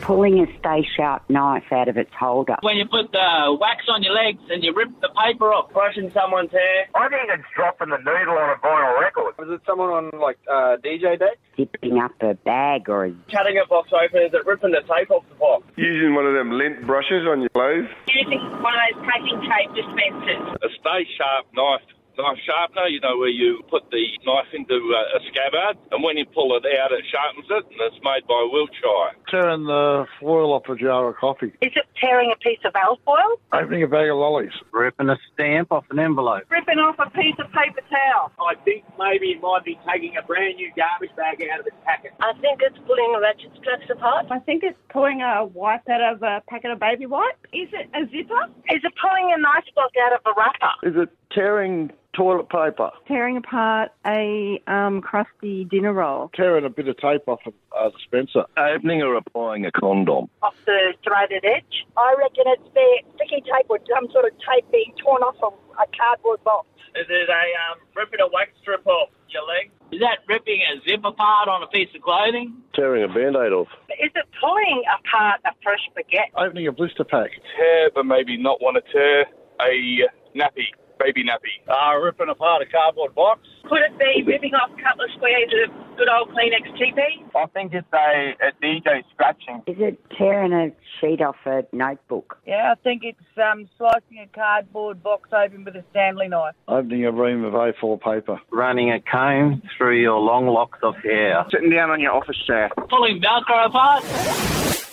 pulling a stay sharp knife out of its holder. When you put the wax on your legs and you rip the paper off, brushing someone's hair. I think it's dropping the needle on a vinyl record. Was it someone on like uh, DJ Day? Zipping up a bag or a Cutting a box open, is it ripping the tape off the box? Using one of them lint brushes on your clothes. Using one of those packing tape dispensers. A stay sharp knife. Knife sharpener, you know, where you put the knife into uh, a scabbard, and when you pull it out, it sharpens it, and it's made by Wiltshire. Tearing the foil off a jar of coffee. Is it tearing a piece of alfoil? Opening a bag of lollies. Ripping a stamp off an envelope. Ripping off a piece of paper towel. I think maybe it might be taking a brand new garbage bag out of its packet. I think it's pulling ratchet straps apart. I think it's pulling a wipe out of a packet of baby wipes. Is it a zipper? Is it pulling a nice block out of a wrapper? Is it tearing toilet paper? Tearing apart a um, crusty dinner roll. Tearing a bit of tape off uh, a, a dispenser. Opening or applying a condom. Off the threaded edge. I reckon it's the sticky tape or some sort of tape being torn off of a cardboard box. Is it a um, ripping a wax strip off your leg? Is that ripping a zip apart on a piece of clothing? Tearing a band aid off. Is it pulling apart a fresh baguette? Opening a blister pack. Tear, but maybe not want to tear a nappy baby nappy. Uh, ripping apart a cardboard box. Could it be ripping off a couple of squares of good old Kleenex TP? I think it's a, a DJ scratching. Is it tearing a sheet off a notebook? Yeah, I think it's um, slicing a cardboard box open with a Stanley knife. Opening a ream of A4 paper. Running a comb through your long locks of hair. Sitting down on your office chair. Pulling Velcro apart.